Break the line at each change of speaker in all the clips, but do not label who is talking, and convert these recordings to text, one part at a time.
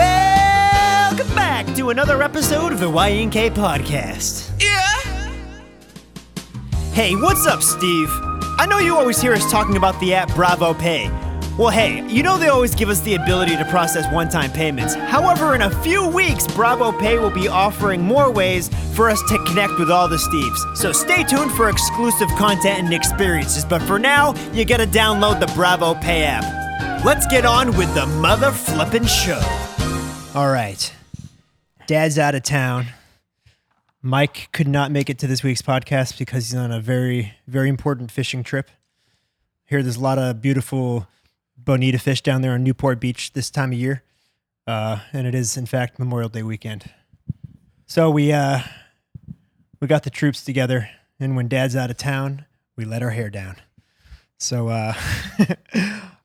Welcome back to another episode of the YNK podcast.
Yeah.
Hey, what's up, Steve? I know you always hear us talking about the app Bravo Pay. Well, hey, you know they always give us the ability to process one time payments. However, in a few weeks, Bravo Pay will be offering more ways for us to connect with all the Steves. So stay tuned for exclusive content and experiences. But for now, you gotta download the Bravo Pay app. Let's get on with the mother flippin' show. All right. Dad's out of town. Mike could not make it to this week's podcast because he's on a very, very important fishing trip. Here, there's a lot of beautiful bonita fish down there on Newport Beach this time of year, uh, and it is in fact Memorial Day weekend. So we uh, we got the troops together, and when Dad's out of town, we let our hair down. So uh,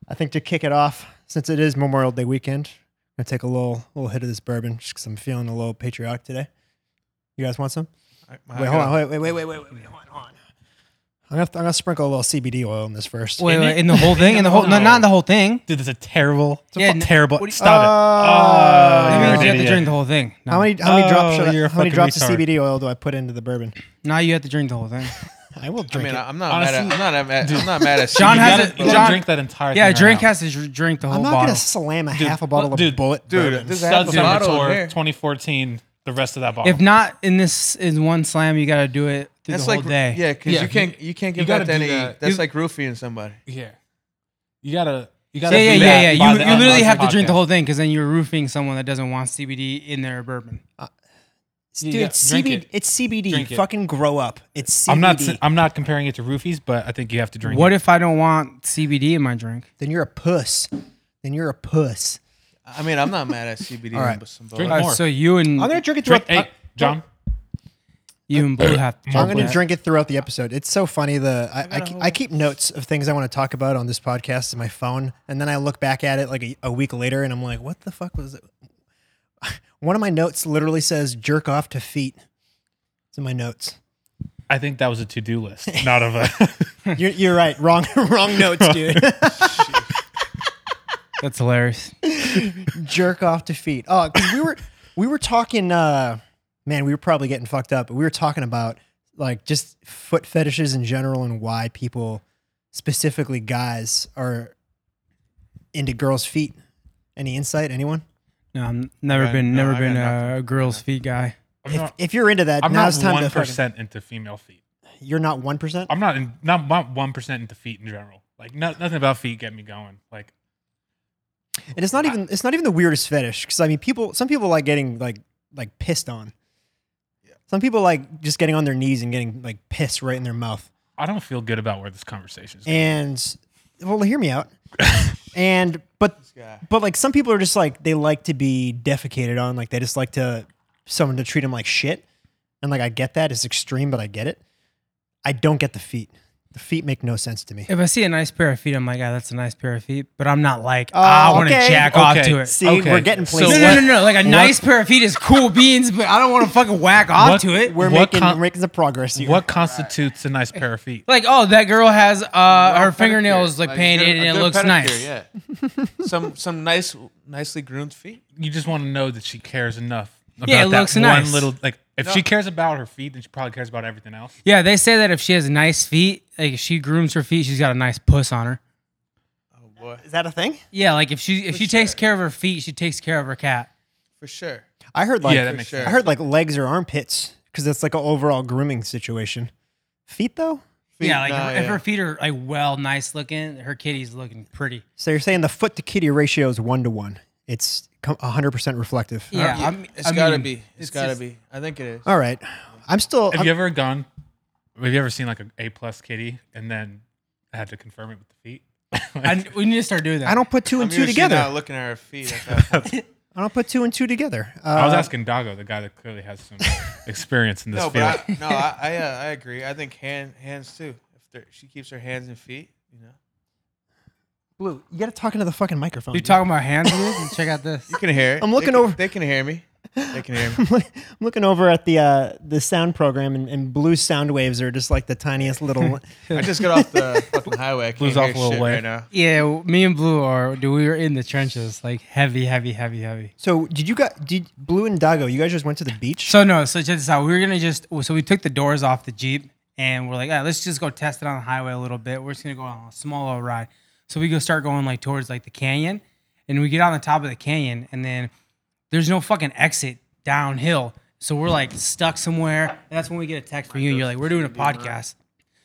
I think to kick it off, since it is Memorial Day weekend, I'm gonna take a little little hit of this bourbon just because I'm feeling a little patriotic today. You guys want some? Wait, hold on. Wait, wait, wait, wait, wait, wait, wait, hold on, hold on. I'm gonna, I'm gonna sprinkle a little CBD oil in this first.
Wait, wait, in the whole thing, in the whole, no, not in the whole thing.
Dude, that's a terrible. It's a
Yeah,
fucking
n-
terrible.
what do you-
Uh, Stop it.
That
Oh,
means you
you're
have
an
to
idiot.
drink the whole thing. No.
How many how many drops
Oh,
should
you're
I,
a
how many
fucking
drops
retard.
of CBD oil do I put into the bourbon?
Now you have to drink the whole thing.
I will
I
drink
mean,
it.
I'm not mad at. I'm not mad. I'm not mad at.
John
Steve.
You
has
gotta-
it-
you gotta
John-
drink that entire thing.
yeah,
right
drink
now.
has to dr- drink the whole
I'm not
bottle.
gonna slam a half a bottle
dude,
of bullet.
dude,
bourbon.
this
Suds in
Bottle
Mator
here.
2014. The rest of that bottle.
if not in this in one slam, you got to do it through
That's
the whole
like
day.
yeah, because
Yeah,
you can't you can't give
gotta
that to
do
any.
that.
That's
You-
like roofing somebody.
yeah, you gotta.
yeah,
You gotta.
yeah,
do
yeah.
that
yeah.
by
You, you literally
unboxing
have to drink the
podcast.
whole thing because then you're roofing someone that doesn't want CBD in their bourbon.
dude,
yeah,
it's
drink
CBD.
it.
It's CBD.
Drink it.
Fucking grow up. It's CBD.
I'm not. s- I'm not comparing it to roofies, but I think you have to drink.
What
it.
if I don't want CBD in my drink?
then you're a puss. Then you're a puss.
I mean, I'm not mad at CBD.
All right.
and some
Drink
bull-
All right,
more.
Uh, so you and
I'm gonna drink it
Drink,
throughout.
hey, John.
you and Blue have to.
I'm
drink
gonna
that.
drink it throughout the episode. It's so funny. The I, I, ke- I keep notes of things I want to talk about on this podcast in my phone, and then I look back at it like a, a week later, and I'm like, "What the fuck was it?" One of my notes literally says "jerk off to feet." It's in my notes.
I think that was a to-do list, not of a.
You're, you're right. Wrong wrong notes, dude.
That's hilarious.
jerk off to feet. Oh, 'cause we were we were talking. Uh, man, we were probably getting fucked up, but we were talking about like just foot fetishes in general and why people, specifically guys, are into girls' feet. Any insight? Anyone?
No, I'm never
Right,
been
no,
never
I got
been
nothing.
a girl's feet guy.
I'm
if,
not-
if you're into that,
I'm not
now's time
one
to. Fucking,
percent into female feet.
you're not one percent.
I'm not in, not not one percent into feet in general. Like no, nothing about feet get me going. Like
And it's not even it's not even the weirdest fetish because I mean people some people like getting like like pissed on. Some people like just getting on their knees and getting like pissed right in their mouth.
I don't feel good about where this conversation is. going.
and well hear me out and but
guy.
but like some people are just like they like to be defecated on like they just like to someone to treat them like shit and like i get that it's extreme but i get it i don't get the feet the feet make no sense to me
If I see a nice pair of feet, I'm like, ah, that's a nice pair of feet. But I'm not like,
Oh,
ah, I want to
okay.
jack
Okay.
off to it.
see
Okay,
we're getting
so
places
no, no, no, no. Like a nice pair of feet is cool beans, but I don't want to fucking whack off
What-
to it.
we're
What
making
con-
we're making some progress here
What constitutes a nice pair of feet?
Like, oh, that girl has uh, her
Pedicure.
fingernails like,
a
painted
good- a
and it
good
looks
pedicure,
nice.
Yeah. some some nice nicely groomed feet.
You just want to know that she cares enough. About
Yeah, it
that
looks
one
nice.
little like if she cares about her feet, then she probably cares about everything else.
Yeah, they say that if she has nice feet, like if she grooms her feet, she's got a nice puss on her.
Oh boy,
is that a thing
Yeah, like if she if she takes care of her feet, she takes care of her cat.
for sure.
i heard like
yeah, that makes
sure.
i heard like legs or armpits because that's like an overall grooming situation feet though
Feet,
yeah, like
nah,
if
yeah.
her feet are like well, nice looking, her kitty's looking pretty.
so you're saying the foot to kitty ratio is one to one it's co- 100% reflective
Yeah,
Yeah,
I'm-
it's
I
gotta
mean,
be. it's
it's
gotta
just-
be. I think it is.
All right. I'm still.
Have
I'm-
you ever gone? Have you ever seen like a A plus kitty and then had to confirm it with the feet?
I, we need to start doing that.
I don't put two and
I'm
two
usually
together.
Not looking at her feet. At that point.
I don't put two and two together. Uh,
I was asking Dago, the guy that clearly has some experience in this
no, but
field.
I, no, I I, uh, I agree. I think hand hands too. If they're- she keeps her hands and feet, you know,
Blue, you got to talk into the fucking microphone.
You
dude.
talking about hands? Luke? Check out this.
you can hear. It.
I'm looking
They can-
over-
They can hear me. They can hear me.
I'm looking over at the uh, the sound program, and, and blue sound waves are just like the tiniest little.
I just got off the fucking highway. I can't
Blue's
hear
off a little
shit
way.
right now.
Yeah, w- me and Blue are. Dude, we were in the trenches, like heavy, heavy, heavy, heavy.
so did you got did blue and Dago? You guys just went to the beach.
So no, so check this out. We were gonna just so we took the doors off the Jeep and we're like, ah, let's just go test it on the highway a little bit. We're just gonna go on a small little ride. So we go start going like towards like the canyon, and we get on the top of the canyon, and then there's no fucking exit downhill. So we're like stuck somewhere. And that's when we get a text from you, and you're like, we're doing a podcast.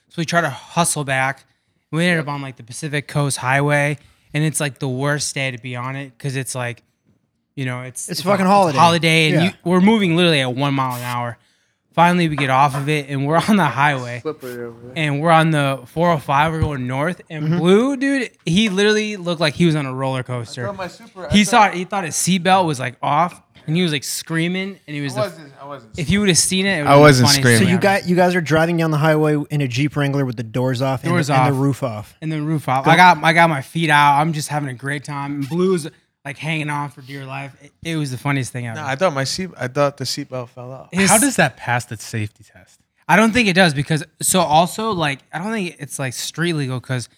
So we try to hustle back. We ended up on like the Pacific Coast Highway, and it's like the worst day to be on it because it's like, you know, it's
It's
a-
fucking
a
holiday.
holiday, and
Yeah.
you, we're moving literally at one mile an hour. Finally, we get off of it, and we're on the highway, and we're on the 405. We're going north, and Blue, dude, he literally looked like he was on a roller coaster.
Bro, my super. I
he
thought-
saw he thought his seatbelt was like off, and he was like screaming, and he was.
I
the,
wasn't. I wasn't.
if you would have seen it, it would've
I
been
wasn't
funniest
screaming.
So
thing
you
ever.
guys you guys are driving down the highway in a Jeep Wrangler with the doors off, and,
Doors
the, and the
off.
roof off.
and the roof off. I got I got my feet out. I'm just having a great time. And Blue's like hanging on for dear life. It, it was the funniest thing ever.
no, I thought my seat. I thought the seatbelt fell off.
His-
How does that pass the safety test?
I don't think it does because so also like I don't think it's like street legal because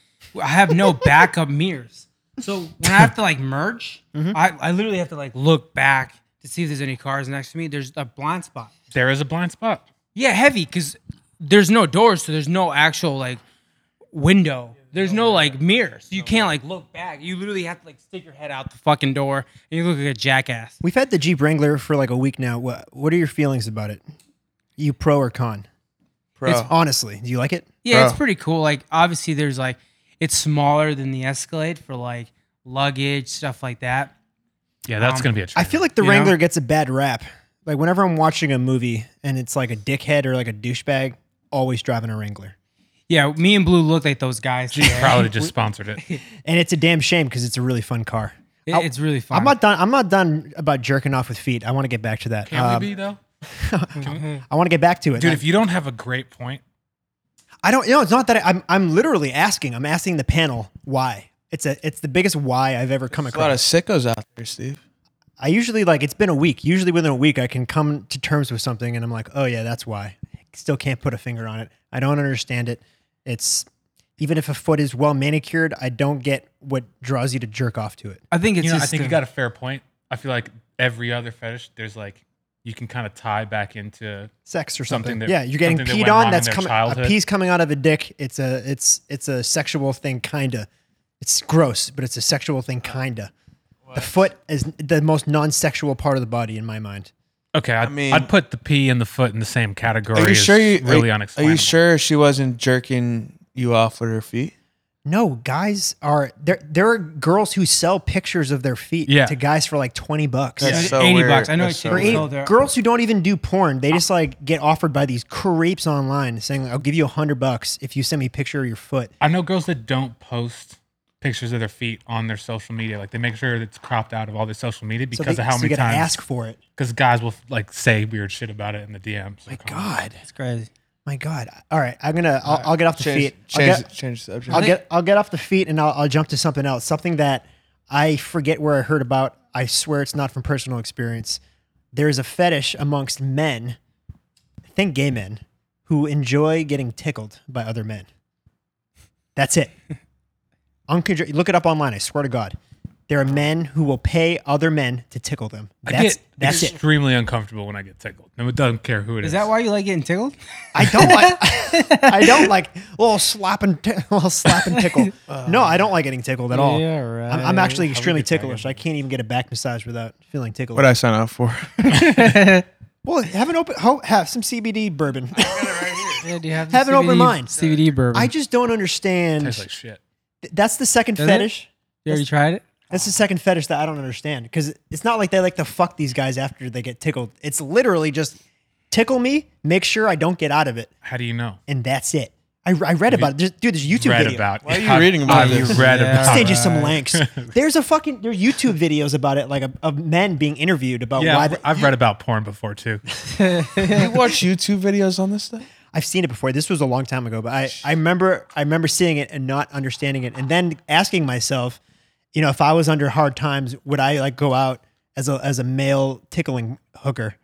I have no backup mirrors. So when I have to like merge, I, I literally have to like look back to see if there's any cars next to me. There's a blind spot.
There is a blind spot.
Um,
Yeah, heavy because there's no doors, so there's no actual like window. There's no like mirror, so you can't like look back. You literally have to like stick your head out the fucking door, and you look like a jackass.
We've had the Jeep Wrangler for like a week now. What what are your feelings about it? You pro or con?
Bro,
It's honestly, do you like it?
Yeah, it's
Bro.
pretty cool. Like obviously, there's like it's smaller than the Escalade for like luggage stuff like that.
Yeah, that's
Um,
gonna be a. Trend.
I feel like the
You know?
Wrangler gets a bad rap. Like whenever I'm watching a movie and it's like a dickhead or like a douchebag, always driving a Wrangler.
Yeah, me and Blue look like those guys. there.
probably just sponsored it.
And it's a damn shame because it's a really fun car.
It- it's really fun.
I'm not done. I'm not done about jerking off with feet. I want to get back to that.
Can
Um,
we be though,
I want to get back to it.
dude?
I,
If you don't have a great point,
I don't. You know, it's not that I, I'm. I'm literally asking. I'm asking the panel why. It's a. It's the biggest why I've ever come
there's a lot of
across.
sickos out there, Steve.
I usually like. It's been a week. Usually within a week, I can come to terms with something, and I'm like, oh yeah, that's why. Still can't put a finger on it. I don't understand it. It's even if a foot is well manicured, I don't get what draws you to jerk off to it.
I think it's.
you know, I
just
think
the-
you got a fair point. I feel like every other fetish, there's like you can kind of tie back into.
sex or something.
Something that-
yeah, you're getting
something
peed
that went wrong
on.
in
That's
their
coming a
childhood.
pee's coming out of a dick. It's a it's it's a sexual thing, kinda. It's gross, but it's a sexual thing, kinda. The foot is the most non-sexual part of the body in my mind.
Okay, I'd, I
mean-
I'd put the pee and the foot in the same category.
Are you
as
sure? You
really
are, are
unexplainable?
you sure she wasn't jerking you off with her feet?
No, guys are there. There are girls who sell pictures of their feet
Yeah.
to guys for like twenty bucks.
That's
Dude,
so
80
weird.
bucks. I know
That's
it's
so
Or
cheap.
weird.
No,
eight,
they're-
girls who don't even do porn, they just like get offered by these creeps online saying, "I'll give you a hundred bucks if you send me a picture of your foot."
I know girls that don't post pictures of their feet on their social media. Like they make sure it's cropped out of all their social media
So
because
they-
of how
so you
many
gotta
times.
ask for it.
Because guys will like say weird shit about it in the DMs.
My God.
It's crazy.
My God! All right, I'm gonna. I'll, I'll get off the
Change,
feet.
change,
I'll get,
change the subject.
I'll get. I'll get off the feet and I'll, I'll jump to something else. Something that I forget where I heard about. I swear it's not from personal experience. There's a fetish amongst men, I think gay men, who enjoy getting tickled by other men. That's it. Uncontro- look it up online. I swear to God, there are men who will pay other men to tickle them. That's
I get
that's it.
extremely uncomfortable when I get tickled. No, it doesn't care who it is.
Is that why you like getting tickled?
I don't like. I don't like little slap and t- little slap and tickle. No, I don't like getting tickled at all.
Uh, Yeah,
I'm, I'm
right.
actually extremely
get that
ticklish. I can't even get a back massage without feeling tickled.
What I sign up for?
well, have an open, ho- have some CBD bourbon.
Yeah, do you have,
Have an open mind.
CBD bourbon.
I just don't understand.
Tastes like shit.
Th- That's the second
Does it?
fetish.
you already tried it?
That's the second fetish that I don't understand because it's not like they like to fuck these guys after they get tickled. It's literally just tickle me, make sure I don't get out of it,
How do you know?
and that's it. I, I read about it. There's- dude, there's a YouTube
read
video.
about.
Why are you
I've-
reading about
I've
this?
read
Yeah.
about.
Stage is some
Alright.
links. There's a fucking there's YouTube videos about it, like of, of men being interviewed about
Yeah,
why.
I've,
They,
I've read about porn before too.
you watch YouTube videos on this stuff?
I've seen it before. This was a long time ago, but I I remember I remember seeing it and not understanding it, and then asking myself, you know, if I was under hard times, would I like go out as a as a male tickling hooker.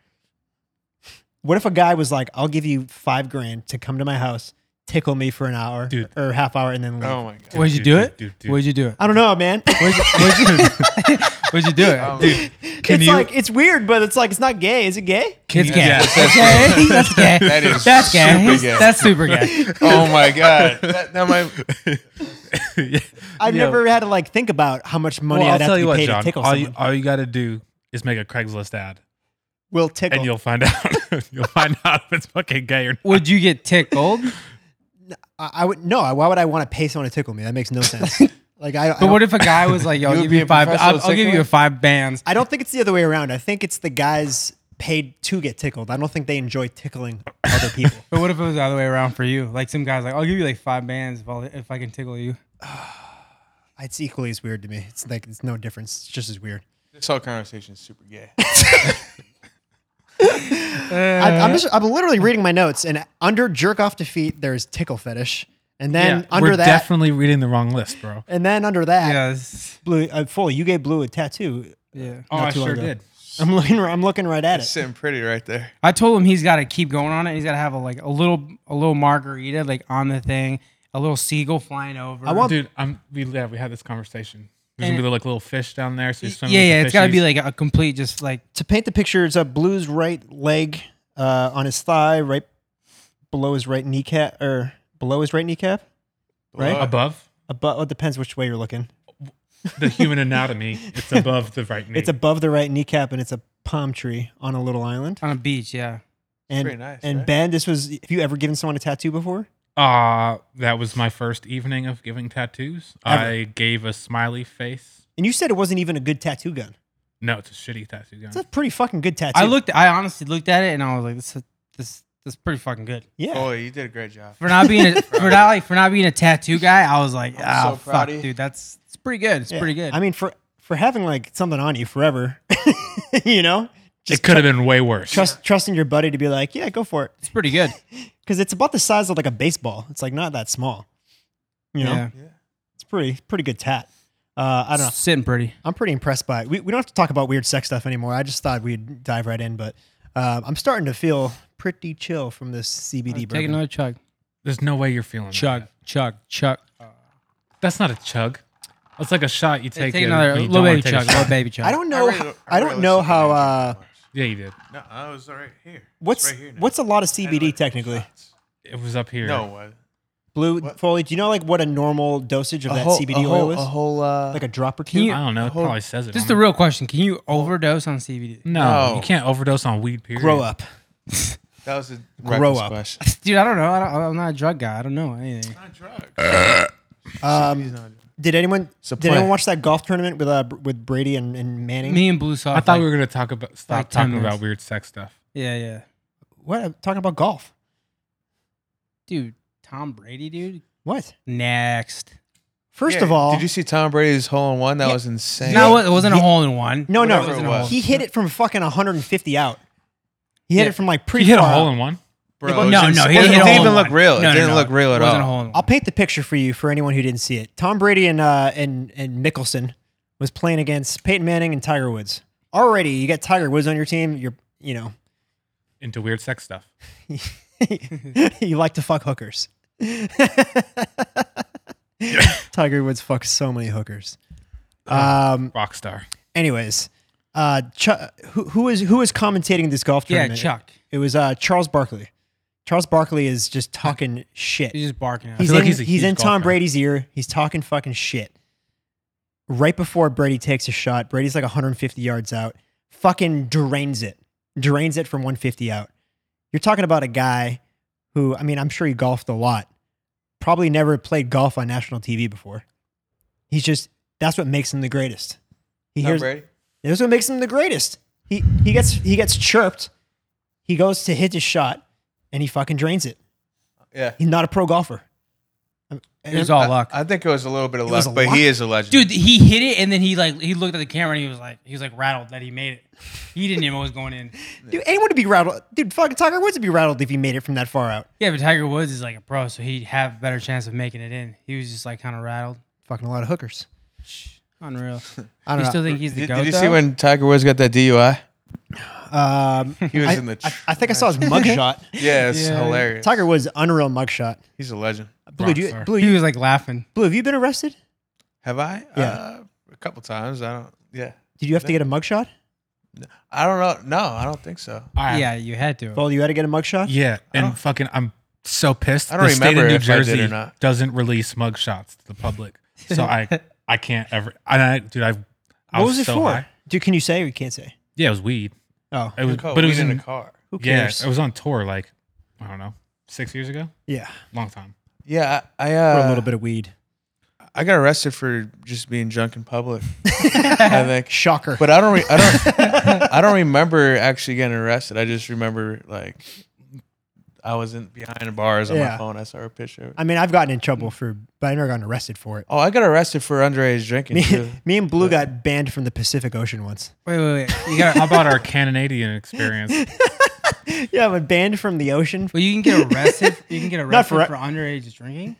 What if a guy was like, "I'll give you five grand to come to my house, tickle me for an hour
Dude.
or half hour, and then leave"?
Oh my god.
Would you
dude,
do
dude,
it?
dude, dude.
Would you do it?
I don't know, man.
Would you, would you, would you do it?
Oh my-
it's
you-
like it's weird, but it's like it's not gay. Is it gay?
It's gay.
Yeah,
That's gay. That's gay.
That is
That's gay.
super gay.
That's super gay.
Oh my god. That, that might.
Yeah.
I've
Yeah.
never had to like think about how much money
Well,
I'd
I'll
have
tell
to be
you what,
paid
John.
to tickle
all
someone.
you, all you got to do is make a Craigslist ad,
Will tickle.
and you'll find out. you'll find out if it's fucking gay or not.
Would you get tickled?
I, I would no. Why would I want to pay someone to tickle me? That makes no sense. like I, I
But
don't-
what if a guy was like, "Yo,
You
I'll
would
give
be
you
a
five. I'll,
professional
I'll give you
tickler?
a five bands."
I don't think it's the other way around. I think it's the guys paid to get tickled. I don't think they enjoy tickling other people.
But what if it was the other way around for you? Like some guys, like, "I'll give you like five bands if, I'll, if I can tickle you."
it's equally as weird to me. It's like it's no difference. It's just as weird.
This whole conversation is super gay.
Eh.
I, I'm just I'm literally reading my notes, and under jerk off defeat, there's tickle fetish, and then under
We're
that,
definitely reading the wrong list, bro.
and then under that,
Yeah. it's-
blue, uh, full. You gave blue a tattoo.
Yeah.
Oh,
Not
I
too long
sure
ago.
did.
I'm looking. I'm looking right at
It's
it.
sitting pretty right there.
I told him he's got to keep going on it. He's got to have a like a little a little margarita like on the thing, a little seagull flying over.
I want-
Dude, I'm. We yeah, we had this conversation. There's
And-
gonna be like little fish down there. So you swim
Yeah,
with the
yeah. It's got to be
fishies.
like a complete, just like
To paint the picture, it's a blue's right leg uh, on his thigh, right below his right kneecap, or below his right kneecap. Right?
Below.
above
Above. Well, it depends which way you're looking.
the human anatomy. It's above the right knee.
It's above the right kneecap, and it's a palm tree on a little island.
on a beach. Yeah.
And
pretty nice,
and
right?
Ben, this was. Have you ever given someone a tattoo before?
Uh, that was my first evening of giving tattoos.
Ever.
I gave a smiley face.
And you said it wasn't even a good tattoo gun.
No, it's a shitty tattoo gun.
It's a pretty fucking good tattoo.
I looked. I honestly looked at it and I was like, "This, this, this is pretty fucking good."
Yeah.
Boy, you did a great job.
For not being a, for not like for not being a tattoo guy, I was like,
I'm so
"Ah,
proud
fuck,
of you."
dude, that's it's pretty good. It's
Yeah.
pretty good."
I mean, for for having like something on you forever, you know,
it could have been way worse.
trust trusting your buddy to be like, yeah, go for it,
it's pretty good.
because it's about the size of like a baseball. It's like not that small. You know,
yeah,
Yeah.
it's pretty pretty good tat. Uh, I don't know.
sitting pretty.
I'm pretty impressed by it. We, we don't have to talk about weird sex stuff anymore. I just thought we'd dive right in, but uh, I'm starting to feel pretty chill from this CBD
Take
bourbon.
another chug,
There's no way you're feeling
chug,
That.
chug, chug.
That's not a chug. That's like a shot you
Take,
take.
another
when you
little
don't wanna
baby
take a
chug,
shot.
little baby chug.
I don't know.
really-
I, don't
really
know
like
how.
the
Uh,
Angel Watch.
Yeah, you did.
No, I was right here.
what's
it's right here now.
what's a lot of
I had,
CBD
like,
technically?
shots.
It was up here.
No, it wasn't.
Blue
What?
Foley, do you know like what a normal dosage of that CBD oil is?
whole uh,
like a drop or two?
Can you-
I don't know. It
Hold-
probably says it.
Just
on
a real question: Can you overdose on CBD?
it. No,
No.
you can't overdose on weed. Period.
Grow up.
that was a
Grow
grow
up.
up question.
Dude, I don't know. I don't, I'm not a drug guy. I don't know anything.
Not drugs.
Um, did anyone
It's a
did anyone
plant.
watch that golf tournament with uh, Br- with Brady and, and Manning?
Me and Blue saw.
I thought
like-
we were gonna talk about stop
like 10
talking
minutes.
about weird sex stuff.
Yeah, yeah.
What I'm talking about golf?
Dude, Tom Brady, dude.
What?
Next.
First
Yeah,
of all,
did you see Tom Brady's hole in one? That
Yeah.
was insane.
No, it wasn't a hole in one.
no,
Whatever it
no,
was.
he hit it from fucking 150 out. He hit
Yeah.
it from like pretty
You hit a
far out.
hole in one.
Bro,
No,
it was
no, no,
insane.
he
it
hit a
didn't
hole
even
in
look
one.
real. It
No, no,
didn't
no.
look real at
It wasn't a
all.
hole in one.
I'll paint the picture for you for anyone who didn't see it. Tom Brady and uh, and and Mickelson was playing against Peyton Manning and Tiger Woods. Already, you got Tiger Woods on your team. You're you know
into weird sex stuff.
you like to fuck hookers. Tiger Woods fucks so many hookers.
Uh,
Um.
Rock star.
Anyways, uh, Ch- who who is who is commentating this golf
Yeah,
tournament?
Chuck.
It was uh Charles Barkley. Charles Barkley is just talking shit.
He's just barking at
He's in,
us.
feel like he's a
he's
huge
in Tom
golfer.
Brady's ear. He's talking fucking shit. Right before Brady takes a shot, Brady's like 150 yards out, fucking drains it, drains it from 150 out. You're talking about a guy who, I mean, I'm sure he golfed a lot, probably never played golf on national TV before. He's just, that's what makes him the greatest. He
Tom
hears,
Brady.
that's what makes him the greatest. He he gets he gets chirped. He goes to hit his shot, and he fucking drains it.
Yeah.
He's not a pro golfer. Um,
It was
and-
all
I-
luck.
I, think it was a little bit of
It was
luck,
a
but
luck.
he is a legend.
Dude, he hit it and then he like he looked at the camera and he was like he was like rattled that he made it. He didn't even know what was going in.
Dude, anyone would be rattled. Dude, fucking Tiger Woods would be rattled if he made it from that far out.
Yeah, but Tiger Woods is like a pro, so he'd have a better chance of making it in. He was just like kind of rattled.
Fucking a lot of hookers.
Unreal.
I don't
You
know.
still think he's the
Did,
goat?
did you
though?
see when Tiger Woods got that DUI?
um,
He was
I,
in the. Tr-
I, I think I saw his mugshot.
yeah, it's
Yeah.
hilarious.
Tiger Woods, unreal mugshot.
He's a legend.
Blue, do you,
Rockstar.
Blue,
he
you,
was like laughing.
Blue, have you been arrested?
Have I?
Yeah.
Uh, a couple times. I don't. Yeah.
Did you have to get a mugshot?
I don't know. No, I don't think so.
I,
Yeah, you had to.
Well, you had to get a mugshot.
Yeah,
don't-
and fucking, I'm so pissed.
I don't
the state of
remember
New
if I did
Jersey
or not.
doesn't release mugshots to the public, so I I can't ever. And I, dude, I, I
What was, it
so
for?
high.
Dude, can you say or you can't say?
Yeah, it was weed.
Oh,
It was,
Nicole,
but it
we
was
in
in,
a car.
who
yeah,
cares?
it was on tour. Like I don't know, six years ago,
yeah,
long time.
Yeah, I I,
for
uh,
a little bit of weed.
I got arrested for just being drunk in public. I think,
Shocker.
but I don't. Re- I don't. I don't remember actually getting arrested. I just remember like I was in behind bars on
Yeah.
my phone. I saw a picture. of it.
I mean, I've gotten in trouble for, but I never gotten arrested for it.
Oh, I got arrested for underage drinking.
Me,
too.
me and Blue got banned from the Pacific Ocean once.
Wait, wait, wait. You got.
How about our Canadian experience?
Yeah, but banned from the ocean.
Well, you can get arrested. You can get
Not
arrested
for-
for, underage drinking.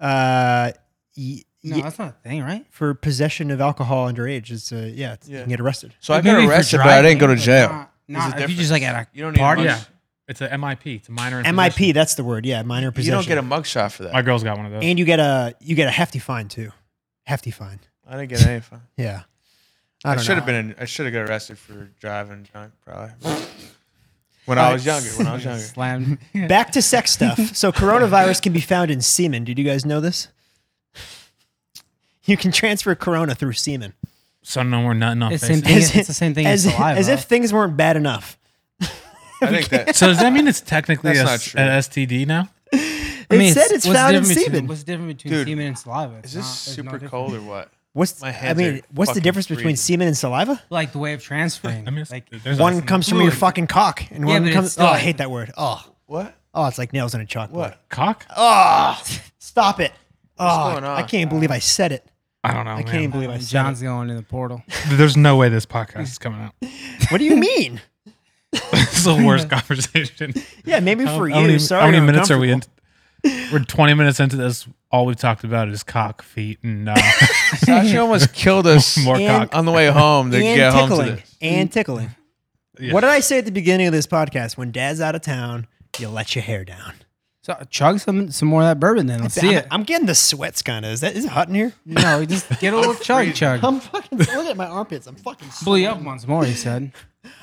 Uh, y-
No,
y-
that's not a thing, right?
for possession of underage. all underage. It's uh, yeah, it's, you
Yeah.
can get arrested.
So I
Maybe
got
for
arrested, but I didn't go to
driving,
jail.
but
There's
Not,
a
not if you just like at a
You don't need
party.
much-
yeah, it's a MIP. It's a minor. in
MIP.
possession.
That's the word. Yeah, minor
You
possession.
don't get a mugshot for that.
My girl's got one of those.
and you get a you get a hefty fine too. Hefty fine.
I didn't get any fun.
Yeah.
I,
I don't
should
know.
have been. In, I should have got arrested for driving drunk, probably. when I was younger. When I was younger.
Slammed.
Back to sex stuff. So coronavirus can be found in semen. Did you guys know this? You can transfer corona through semen.
So no more nutting off
It's same
faces.
thing. It's the same thing as,
As,
saliva.
as if things weren't bad enough.
I think that
So does that mean it's technically a,
That's
an
not true.
STD now?
It said it's
what's the
found in
difference between-
semen.
What's the difference between
Dude,
semen and saliva? It's
is
not-
this
it's no
super
different.
cold or what?
What's
My
I
hands
mean,
are
what's the
fucking
difference between
freezing.
semen and saliva?
Like the way of transferring.
I mean, it's,
like
there's
One
ice in
comes from your
fluid.
fucking cock, and
Yeah,
one
but
comes.
it's
Oh, I
like-
hate that word. Oh,
What?
oh, it's like nails on a chalkboard.
What?
it. cock.
Oh, stop it. oh,
going
I
on?
can't believe I said it.
I don't know.
I can't even believe I said
John's going in the portal.
There's no way this podcast is coming out.
it. What do you mean?
It's the worst conversation.
Yeah, maybe for you.
how many,
Sorry.
how many
we're
minutes are we in?
uncomfortable.
We're 20 minutes into this. All we've talked about is cock, feet, and uh,
Sasha almost killed us
more
And-
cock.
on the way home to get
And
home to
tickling.
this.
And tickling.
Yeah.
What did I say at the beginning of this podcast? When dad's out of town, you let your hair down.
So chug some some more of that bourbon then. Let's see
I'm,
it.
I'm getting the sweats kind of. Is that is it hot in here?
no, just get a little chug chug.
I'm fucking look at my armpits. I'm fucking
Blew you up once more. He said.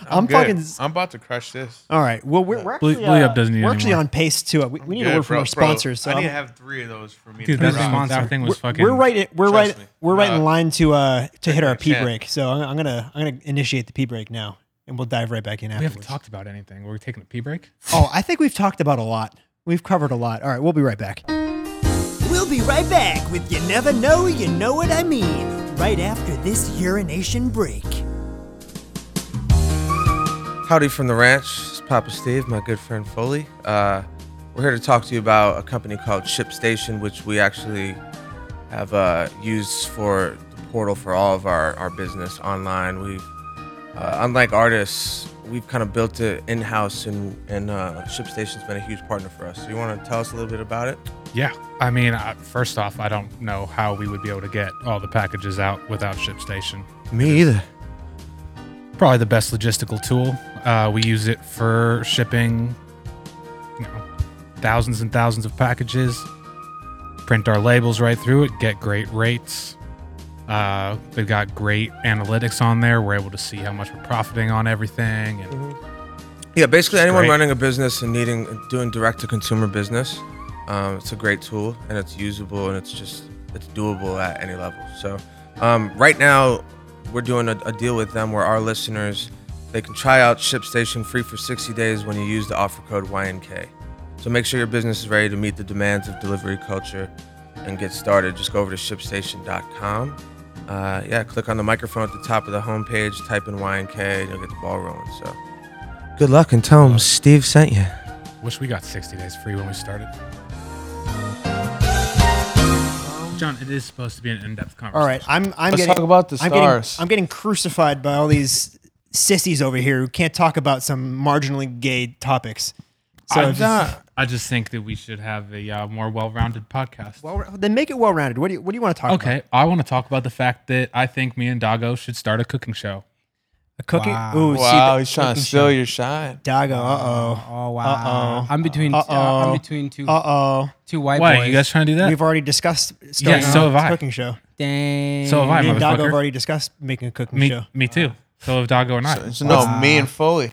I'm,
Good.
fucking
I'm about to crush this.
All right. Well, we're, we're
Blue-
actually,
Blue
uh,
Up doesn't need
we're
any
actually
more.
on pace too. Uh, We, we need to
Good,
work from
bro,
our
bro.
sponsors. So
I need to
I'm-
have three of those for me.
Dude,
to
that
rock.
thing,
sponsor?
that thing was fucking.
we're right. at- We're
Trust
right.
me.
We're right in
Uh,
line to uh to hit our pee
can't.
break. So I'm, I'm gonna I'm gonna initiate the pee break now, and we'll dive right back in
We haven't
afterwards.
talked about anything. We're taking a pee break.
oh, I think we've talked about a lot. We've covered a lot. All right, we'll be right back. We'll be right back with you never know, you know what I mean. Right after this urination break.
Howdy from the ranch. It's Papa Steve, my good friend Foley. Uh, we're here to talk to you about a company called ShipStation, which we actually have uh, used for the portal for all of our, our business online. We've, uh, unlike artists, we've kind of built it in house, and, and uh, ShipStation's been a huge partner for us. So, you want to tell us a little bit about it?
Yeah. I mean, I, first off, I don't know how we would be able to get all the packages out without ShipStation.
Me either.
probably the best logistical tool. Uh, we use it for shipping, you know, thousands and thousands of packages. Print our labels right through it. Get great rates. Uh, they've got great analytics on there. We're able to see how much we're profiting on everything. And
Yeah, basically
It's
anyone
great.
running a business and needing doing direct to consumer business, um, it's a great tool and it's usable and it's just it's doable at any level. So um, right now we're doing a, a deal with them where our listeners they can try out ShipStation free for 60 days when you use the offer code YNK. So make sure your business is ready to meet the demands of delivery culture and get started. Just go over to ShipStation.com. Uh, yeah, click on the microphone at the top of the homepage, type in YNK, and you'll get the ball rolling. So. Good luck and tell him Steve sent you.
wish we got 60 days free when we started. John, it is supposed to be an in-depth conversation.
All right, I'm I'm
Let's
getting
talk about the
I'm getting-
stars.
I'm getting, crucified by all these sissies over here who can't talk about some marginally gay topics. So
I'm
if-
not- I just think that we should have a uh, more well-rounded podcast.
well, then make it well rounded. What do you What do you want to talk about?
okay, I want to talk about the fact that I think me and Doggo should start a cooking show.
A cookie.
Wow.
Ooh,
Wow,
see,
he's trying to steal your shine.
the, Doggo. Uh oh.
Oh wow.
Uh-oh.
I'm between uh,
Uh-oh.
I'm between two
Uh oh.
two white
Why
boys.
you guys trying to do that?
We've already discussed
Yeah,
starting
so
a
have I.
cooking show.
Dang.
So have I,
Me and Doggo
motherfucker.
have already discussed making a cooking
me,
show.
me too. So have Doggo and I.
So, no, me and Foley.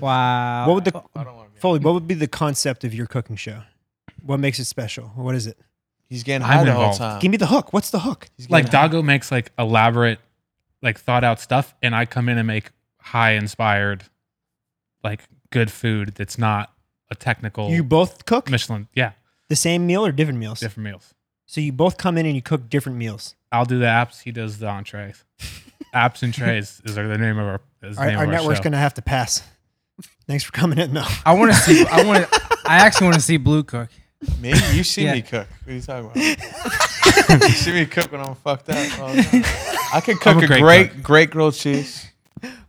Wow.
What would the Foley? What would be the concept of your cooking show? What makes it special? What is it?
He's getting
I'm
high the whole
involved.
time.
Give me the hook. What's the hook?
He's
like
getting high.
Doggo makes like elaborate, like thought out stuff, and I come in and make high inspired, like good food that's not a technical
You both cook
Michelin. Yeah,
the same meal or different meals?
different meals.
So you both come in and you cook different meals.
I'll do the apps. He does the entrees. apps and trays is the name of our. Is the
Our,
name
our
of our
network's
show.
going to have to pass. Thanks for coming in, though.
Oh,
I want to see. I want. to. I actually want to see Blue cook.
me. You see
Yeah.
me cook. What are you talking about? you see me cook when I'm fucked up. all the time. I could cook
I'm a
a
great
great, great, grilled cheese.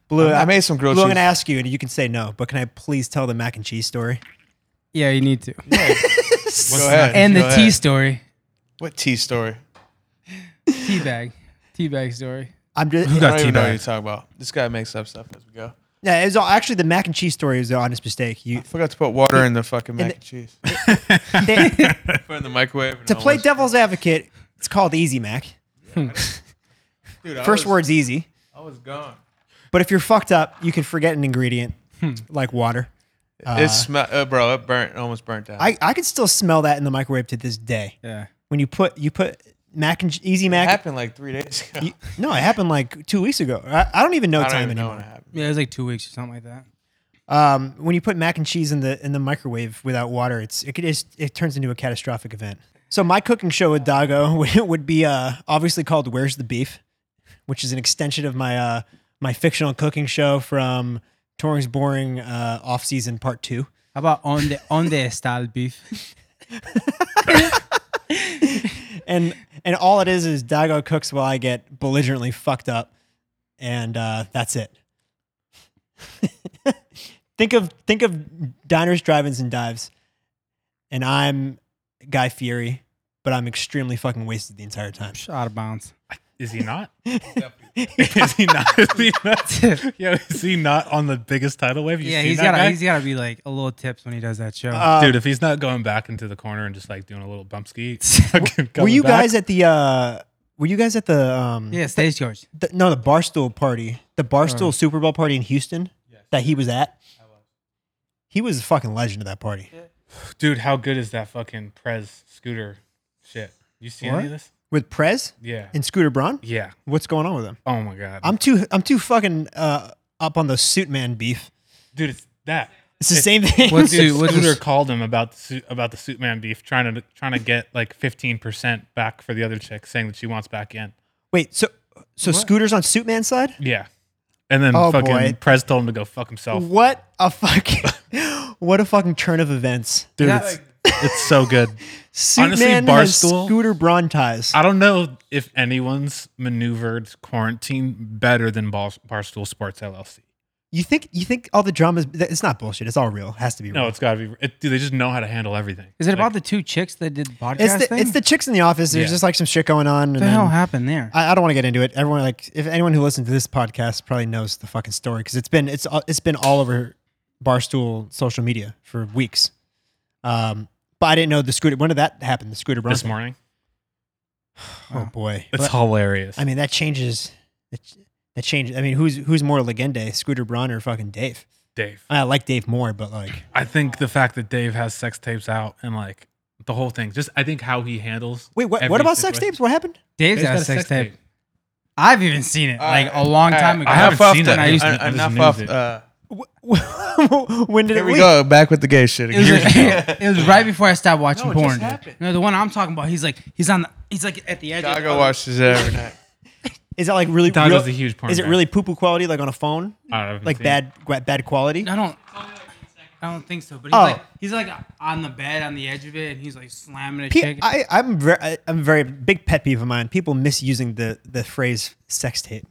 Blue,
I made some grilled
Blue, I'm
cheese.
going to ask you, and you can say no, but can I please tell the mac and cheese story?
Yeah, you need to.
Go ahead.
And
Go
the tea
ahead.
story,
What tea story?
tea bag, tea bag story.
I'm just.
Who
I
got
don't
tea
even know what you're
bags?
talking about. This guy makes up stuff as we go.
Yeah, it was all, actually the mac and cheese story was the honest mistake. You
I forgot to put water in the fucking mac
the-
and cheese.
they,
Put it in the microwave. and
to
it
play
almost-
devil's advocate. It's called Easy Mac.
Dude, I
First
was-
word's easy,
I was gone.
but if you're fucked up, you can forget an ingredient
Hmm.
like water.
it smell, uh, bro. It burnt. It almost burnt down.
I, I could still smell that in the microwave to this day.
Yeah.
When you put you put mac and ch- Easy
it
Mac.
happened like three days ago.
you- no, it happened like two weeks ago. I, I don't even know
I don't
time
even know
anymore.
when it happened.
Yeah, it was like two weeks or something like that.
Um, when you put mac and cheese in the in the microwave without water, it's it, could just, it turns into a catastrophic event. So my cooking show with Dago would, would be uh, obviously called "Where's the Beef," which is an extension of my uh, my fictional cooking show from Touring's Boring uh, Off Season Part Two.
How about on the on the style beef?
And and all it is is Dago cooks while I get belligerently fucked up, and uh, that's it. think of think of diners, drive-ins, and dives, and I'm Guy Fieri, but I'm extremely fucking wasted the entire time.
Out of bounds.
Is he not? is he not? Is he not? Yo, is he not on the biggest tidal wave? You
Yeah,
seen
he's
that
gotta
guy?
he's gotta be like a little tips when he does that show.
Uh,
Dude, if he's not going back into the corner and just like doing a little bump ski, fucking
were
coming
you
back.
guys at the? Uh, were you guys at the? Um,
yeah, stagecoach.
the- no, the barstool party, the barstool Super Bowl party in Houston that he was at. He was a fucking legend of that party.
Dude, how good is that fucking Prez scooter shit? You see
What?
any of this?
with Prez
Yeah.
and Scooter Braun.
yeah.
What's going on with them?
Oh my god.
I'm too I'm too fucking uh, up on the suit man beef.
Dude, it's that.
It's the same thing.
What's
Dude,
the what's
Scooter
the,
called him about the suit, about the Suitman beef, trying to trying to get like fifteen percent back for the other chick, saying that she wants back in.
Wait, so so Scooter's on suit man's side?
Yeah, and then
Oh,
fucking
boy.
Prez told him to go fuck himself.
What a fucking what a fucking turn of events.
Dude, it's, it's so good.
Suit
Honestly,
man has
Barstool-
Scooter Braun ties.
I don't know if anyone's maneuvered quarantine better than Bar- Barstool Sports LLC.
You think you think all the dramas? It's not bullshit. It's all real. It has to be real.
No, it's got to be. It, dude, they just know how to handle everything.
is it
Like,
about the two chicks that did the podcast
it's the
thing?
it's the chicks in the office. There's
Yeah.
just like some shit going on. And
what the hell
then-
happened there?
I, I don't want to get into it. Everyone, like, if anyone who listens to this podcast probably knows the fucking story because it's been it's uh, it's been all over barstool social media for weeks. Um, but I didn't know the scooter. When did that happen? The scooter Braun
this
thing?
morning?
Oh boy,
It's
But,
hilarious.
I mean, that changes. That, ch- that changes. I mean, who's who's more legende, Scooter Braun or fucking Dave?
Dave.
I like Dave more, but like,
I think the fact that Dave has sex tapes out and like the whole thing, just I think how he handles.
wait, what?
every
What about sex
situation-
tapes? What happened?
Dave's
Dave's
got a sex tape. I've even seen it like
All
a
right,
long
all
time
right.
ago.
I haven't
Enough off
seen
the-
it. I used to-
en-
I just
Enough
knew
off.
that-
uh,
when did
Here
it
we
leak?
go. Back with the gay shit
It was,
again.
like- it was right before I stopped watching
No, it just
porn. dude.
happened.
No, the one I'm talking about, he's like he's on the, he's like at the edge.
I
of
go
the-
watch this every night.
Is that like really?
Dog
real,
is a huge porn
Is it
guy.
really poo poo quality, like on a phone,
I haven't
like
seen it.
bad bad quality?
I don't. I don't think so. But he's
Oh.
like he's like on the bed on the edge of it, and he's like slamming a
Pe-
chick.
I, I'm very, I, I'm very big pet peeve of mine. People misusing the the phrase sex tape.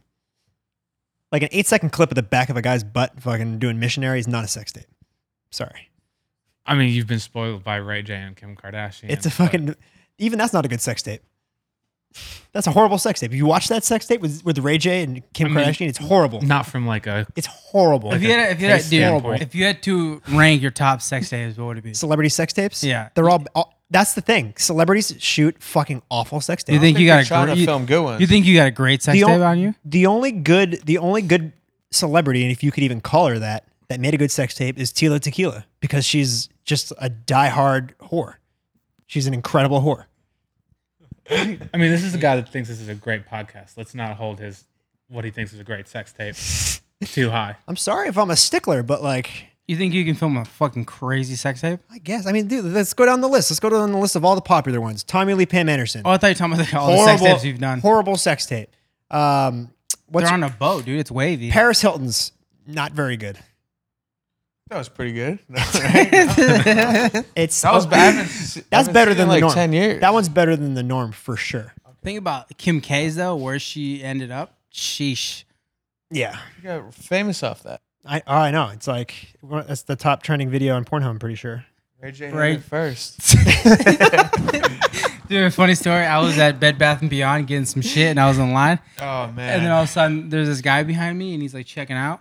Like an eight second clip of the back of a guy's butt, fucking doing missionary is not a sex tape. Sorry,
I mean, you've been spoiled by Ray J and Kim Kardashian.
It's a
but-
fucking. Even that's not a good sex tape. That's a horrible sex tape. You watch that sex tape with with Ray J and Kim
I mean-
Kardashian. It's horrible.
not from like a
It's horrible.
If you had, if you had,
face
dude,
standpoint.
if you had to rank your top sex days, what would it be?
Celebrity sex tapes.
Yeah.
they're all, all. That's the thing. Celebrities shoot fucking awful sex tapes.
you think you
they're
got a
trying to
great, you,
film good ones.
you think you got a great sex
The
tape
on-
on you?
The only good, the only good celebrity, and if you could even call her that, that made a good sex tape is Tila Tequila because she's just a diehard whore. She's an incredible whore.
I mean, this is a guy that thinks this is a great podcast. Let's not hold his what he thinks is a great sex tape too high.
I'm sorry if I'm a stickler, but like,
You think you can film a fucking crazy sex tape?
I guess I mean, dude, let's go down the list. Let's go down the list of all the popular ones. Tommy Lee, Pam Anderson.
Oh, I thought you were talking about like, all the sex tapes you've done.
Horrible sex tape. Um, what's
They're on a boat, dude. It's wavy.
Paris Hilton's not very good.
that was pretty good.
It's
That was bad. I haven't s- I
That's
haven't
better
seen
than
it in,
the
like
norm.
ten years.
That one's better than the norm for sure.
Think about Kim K's though, where she ended up. Sheesh.
Yeah,
You got famous off that.
I oh, I know. It's like well, that's the top trending video on Pornhub. I'm pretty sure.
Ray J
Right.
right. first.
Dude, funny story. I was at Bed Bath and Beyond getting some shit, and I was in line,
Oh man.
and then all of a sudden, there's this guy behind me, and he's like checking out.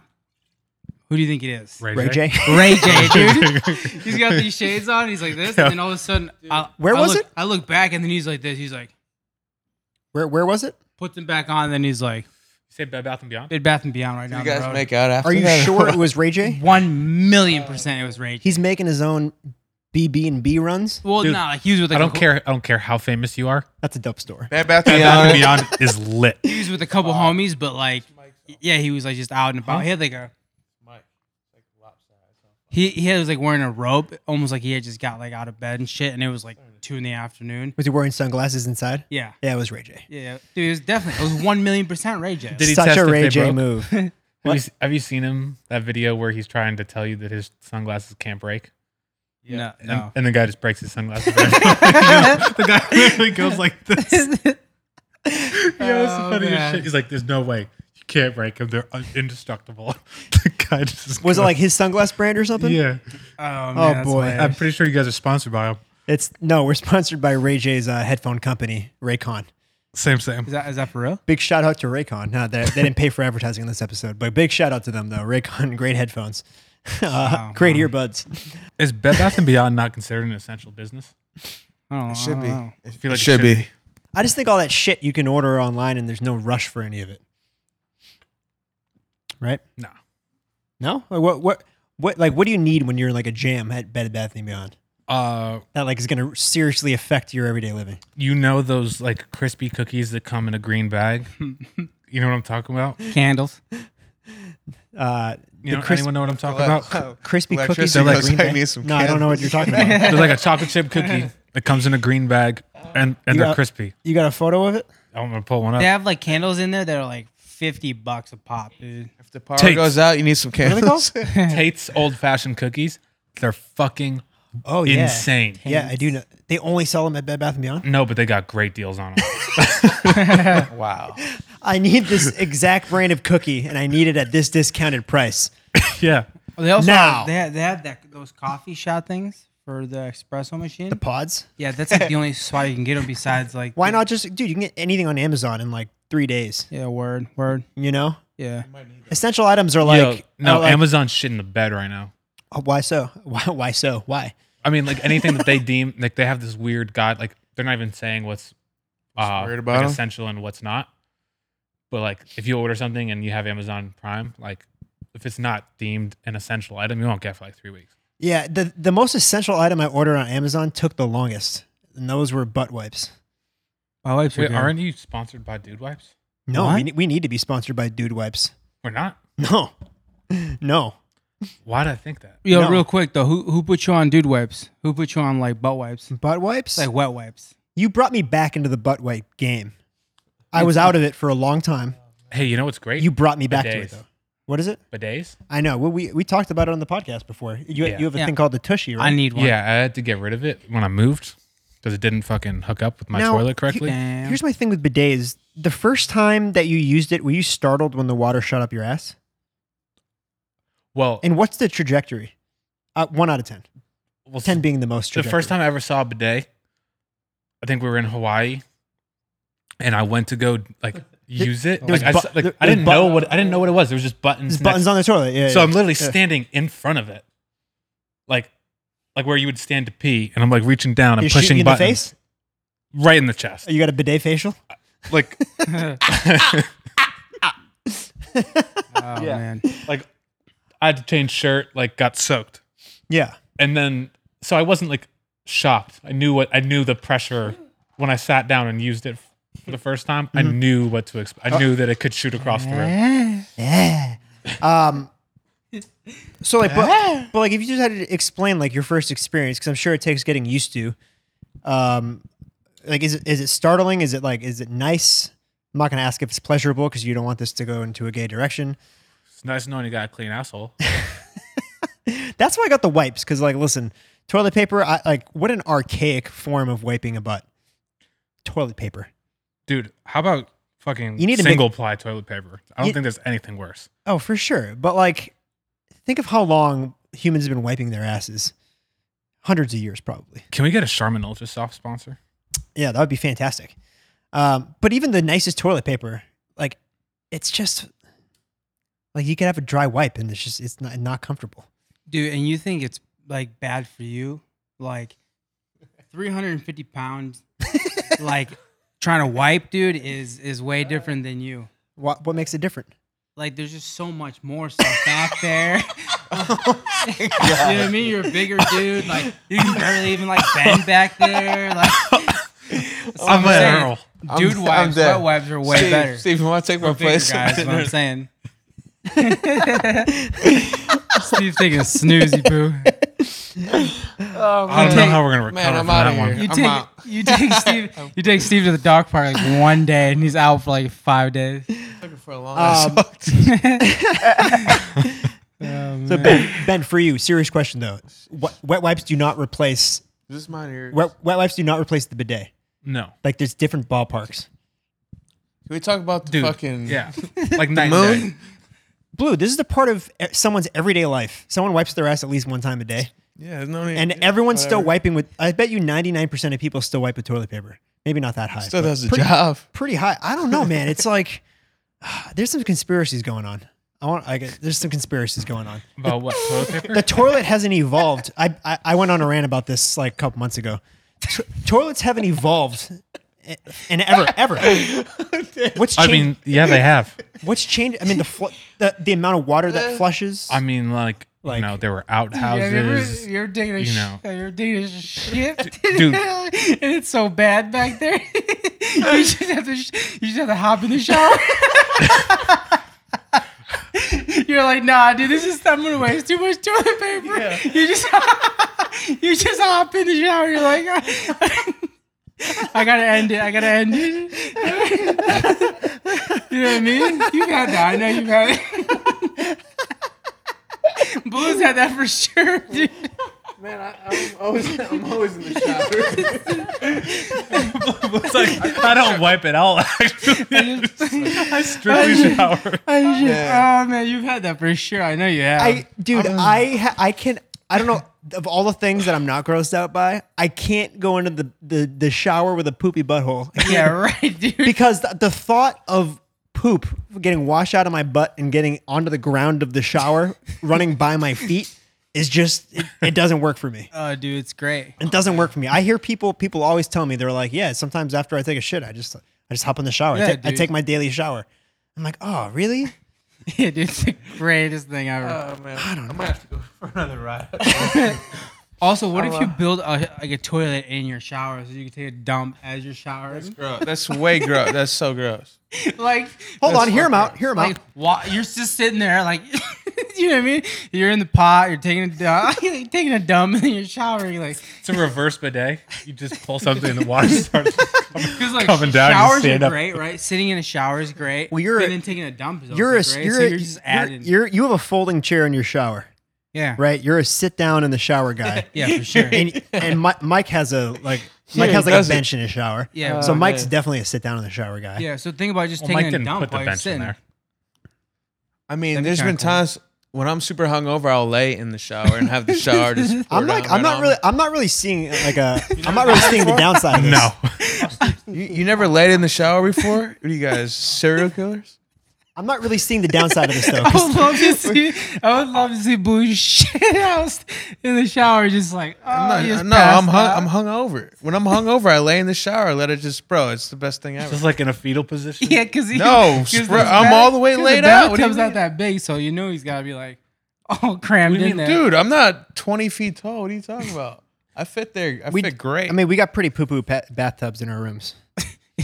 Who do you think it is?
Ray J.
Ray J, dude. he's got these shades on. He's like this, and then all of a sudden, I,
Where
I
was
look-
it?
I look back, and then he's like this. He's like
where where was it?
puts them back on, and then he's like
say Bed Bath and Beyond.
Bed Bath and Beyond right
Did
now.
you guys make out after
Are you
that?
sure it was Ray J?
one million percent? It was Ray J.
He's making his own BB and B runs.
Well, no,
Dude,
like he was with. Like
I don't
a,
care. I don't care how famous you are.
That's a dope store.
Bad Bath
Bed Bath and
Beyond.
Beyond is lit.
He was with a couple homies, but like, yeah, he was like just out and about. He had like a. He, he was like wearing a robe, almost like he had just got like out of bed and shit, and it was like two in the afternoon.
Was he wearing sunglasses inside?
Yeah,
Yeah, it was Ray J.
yeah, dude, it was definitely it was one million percent Ray J.
Did he
Such
test
a
if
Ray
they
J
broke?
move.
Have you, have you seen him that video where he's trying to tell you that his sunglasses can't break,
No,
and,
no. Oh,
and the guy just breaks his sunglasses? the guy literally goes like this. Yeah, it's
Oh,
the funniest
man.
shit. He's like, "There's no way you can't break them. They're un- indestructible." the guy just
Was it
goes-
like his sunglass brand or something?
Yeah,
Oh, man,
Oh,
that's
boy.
hilarious.
I'm pretty sure you guys are sponsored by him.
It's no, we're sponsored by Ray J's uh, headphone company, Raycon.
Same, same.
is that is that for real?
Big shout out to Raycon. No, they, they didn't pay for advertising in this episode, but big shout out to them though. Raycon, great headphones, uh,
Wow.
great earbuds.
Is Bed Bath and Beyond not considered an essential business?
Oh, I don't know. It
Should be.
I feel like
should be.
I just think all that shit you can order online, and there's no rush for any of it. Right?
No.
No. Like, what? What? What? Like, what do you need when you're in like a jam at Bed Bath and Beyond?
Uh,
That like is going to seriously affect your everyday living.
you know those like crispy cookies that come in a green bag. you know what I'm talking about.
Candles.
Uh,
You
The
know,
crisp-
anyone know what I'm talking about?
crispy cookies.
Electricity
with
goes,
green
"I
bag?
need some
no, I don't know what you're talking about.
There's like a chocolate chip cookie that comes in a green bag, and and
Yeah.
they're crispy.
You got a photo of it?
I'm gonna pull one up.
They have like candles in there that are like fifty bucks a pop, dude.
If the power
Takes.
goes out, you need some candles.
Tate's old fashioned cookies. They're fucking
Oh yeah.
insane.
Yeah, I do know. They only sell them at Bed Bath and Beyond.
No, but they got great deals on them.
wow.
I need this exact brand of cookie, and I need it at this discounted price.
yeah.
Oh, they also
Now.
they have, they have that those coffee shot things for the espresso machine.
The pods?
Yeah, that's like the only spot you can get them besides like.
Why not just, dude? You can get anything on Amazon in like three days.
Yeah, word, word.
You know,
Yeah.
essential items are like
Yo, no,
are like-
Amazon's shitting the bed right now.
Oh, why so? Why, why so? Why?
I mean, like anything that they deem like they have this weird god like they're not even saying what's uh,
weird
like,
about 'em?
essential and what's not. But like if you order something and you have Amazon Prime, like if it's not deemed an essential item, you won't get it for like three weeks.
Yeah, the the most essential item I ordered on Amazon took the longest, and those were butt wipes.
My wife's
Wait, aren't you sponsored by Dude Wipes?
No,
What?
we, ne- we need to be sponsored by Dude Wipes.
We're not.
No, no.
Why do I think that?
Yo,
No.
real quick though, who who put you on dude wipes? Who put you on like butt wipes?
Butt wipes?
Like wet wipes.
you brought me back into the butt wipe game. I was out of it for a long time.
Hey, you know what's great?
You brought me back to it
Bidets.
though. What is it?
bidets.
I know. Well, we we talked about it on the podcast before. You,
Yeah.
you have a
Yeah.
thing called the tushy, right?
I need one.
Yeah, I had to get rid of it when I moved because it didn't fucking hook up with my
Now,
toilet correctly.
Damn.
Here's my thing with bidets. The first time that you used it, were you startled when the water shot up your ass?
well,
And what's the trajectory? Uh, one out of ten.
well,
Ten being the most.
the first time I ever saw a bidet, I think we were in Hawaii, and I went to go like use it.
there was
Like, I,
bu-
s- like,
there-
I
there was
didn't know
bu-
what I didn't know what it was. There was just buttons.
There's buttons
next-
on the toilet. Yeah.
so I'm literally
yeah.
standing in front of it, like like where you would stand to pee, and I'm like reaching down. I'm
You shooting
pushing
in the
buttons
face. Oh,
right in the chest.
You got a bidet facial.
Like
Oh man.
like I had to change shirt. Like got soaked,
Yeah.
and then so I wasn't like shocked. I knew what I knew the pressure when I sat down and used it. For the first time, I
Mm-hmm.
knew what to expect. I
Uh,
knew that it could shoot across the room.
Yeah. Um. So like, but, but like, if you just had to explain like your first experience, because I'm sure it takes getting used to. Um, like, is it is it startling? Is it like, is it nice? I'm not gonna ask if it's pleasurable because you don't want this to go into a gay direction.
It's nice knowing you got a clean asshole.
That's why I got the wipes. Because like, listen, toilet paper. I like what an archaic form of wiping a butt. Toilet paper.
Dude, how about fucking
You need to make-
single ply toilet paper? I don't
You-
think there's anything worse.
Oh, for sure. But like, think of how long humans have been wiping their asses. Hundreds of years, probably.
Can we get a Charmin Ultra Soft sponsor?
Yeah, that would be fantastic. Um, but even the nicest toilet paper, like, it's just like you could have a dry wipe and it's just it's not not comfortable.
Dude, and you think it's like bad for you? Like 350 pounds, like trying to wipe, dude, is is way different than you.
What what makes it different?
Like there's just so much more stuff back there. you know what I mean? You're a bigger dude. Like you can barely even like bend back there. Like So
I'm an
saying,
Earl.
Dude
I'm- I'm
wipes,
dead.
wet wipes are way
Steve,
better.
Steve, you want to take my
For bigger
place?
guys, is what I'm saying. Steve's taking a snoozy poo.
I don't know
take-
how we're gonna recover
Oh, Man, I'm
from
outta
that one.
here.
You
I'm
take
out.
you take Steve you take Steve to the dog park like one day and he's out for like five days.
for a long
Um,
Um,
so ben, ben, for you, serious question though. Wet, wet wipes do not replace
Is this mine or
wet, wet wipes do not replace the bidet.
No,
Like there's different ballparks.
Can we talk about the
dude.
fucking
yeah, like night
moon?
and day.
Blue, this is the part of e- someone's everyday life. Someone wipes their ass at least one time a day.
Yeah, there's no need.
And everyone's still wiping with, I bet you 99% of people still wipe with toilet paper. Maybe not that high.
Still
but
does the
pretty,
job.
Pretty high. I don't know, man. It's like, there's some conspiracies going on. I want, I guess, there's some conspiracies going on.
About what toilet paper?
The toilet hasn't evolved. I, I, I went on a rant about this like a couple months ago. To- toilets haven't evolved eh, and ever, ever. What's changed?
I mean, yeah, they have.
what's changed? I mean, the, fl- the, the amount of water that flushes.
I mean, like,
Like-
you know, there were
you're,
outhouses.
digging a
you know.
sh- you're digging a shit,
dude.
and it's so bad back there. you just have to, sh- you just have to hop in the shower. you're like, nah, dude, this is I'm gonna waste too much toilet paper. You just, you just hop in the shower. You're like, I gotta end it. I gotta end it. you know what I mean? You've had that. I know you've had it. Blues had that for sure, dude.
It's like I don't wipe it. I'll actually I strictly shower.
I just- Oh man, you've had that for sure. I know you have.
I, dude, I, ha- I can, I don't know. Of all the things that I'm not grossed out by, I can't go into the the, the shower with a poopy butthole
yeah, right, dude.
because the, the thought of poop getting washed out of my butt and getting onto the ground of the shower, running by my feet, is just it, it doesn't work for me.
oh, dude, it's great.
It doesn't work for me. I hear people people always tell me they're like, yeah, sometimes after I take a shit, I just I just hop in the shower. I,
Yeah,
take, I
dude.
take my daily shower. I'm like, oh, really?
Yeah, dude, it's the greatest thing ever.
Oh,
I don't know. I might have to go for another ride.
also, what if you build a, like a toilet in your shower so you can take a dump as you're showering?
That's way gross. That's so gross.
like,
Hold on, hear him out. Hear him
like
out.
wa- you're just sitting there, like, you know what I mean? You're in the pot, you're taking a dump, you're taking a dump, and you're showering, like,
It's a reverse bidet. You just pull something and the water starts.
because like
Coming down, you
showers
stand
are
up.
great, right? Sitting in a shower is great.
Well, you're a-
and then taking a dump is also
You're a
great. So
you're
You're,
a,
just
you're-
adding,
you're you have a folding chair in your shower.
yeah,
right? You're a sit down in the shower guy.
yeah, for sure.
And and Mi- Mike has a like Mike
Yeah,
has
he
like a
Hmm. does it.
bench in his shower.
Yeah.
So
Oh,
Mike's
yeah.
definitely a sit down in the shower guy.
Yeah, so think about just
Well,
taking
Mike
a
didn't
dump
put the
while you're
bench in
sitting.
there.
I mean,
That'd be
there's
kinda
been
cool.
times when I'm super hungover, I'll lay in the shower and have the shower just. pour
I'm like,
down
I'm
right
not
on
really,
me.
I'm not really seeing like a, I'm not really seeing the downside. Of this.
No.
You, you never laid in the shower before? What are you guys serial killers?
I'm not really seeing the downside of this though.
I
'cause
would love to see. I would love to see Blue shit house in the shower, just like oh,
I'm not-
he just
no, I'm
passed
hung,
out.
I'm hungover. When I'm hungover, I lay in the shower. Let it just, bro. It's the best thing ever.
Just like in a fetal position.
Yeah, because
No, spread- I'm all the way laid out. What do you
Bathtub's not
mean?
that big, so you know he's got to be like all crammed in there.
Dude, I'm not 20 feet tall. What are you talking about? I fit there. I
we-
fit great.
I mean, we got pretty poo poo pa- bathtubs in our rooms.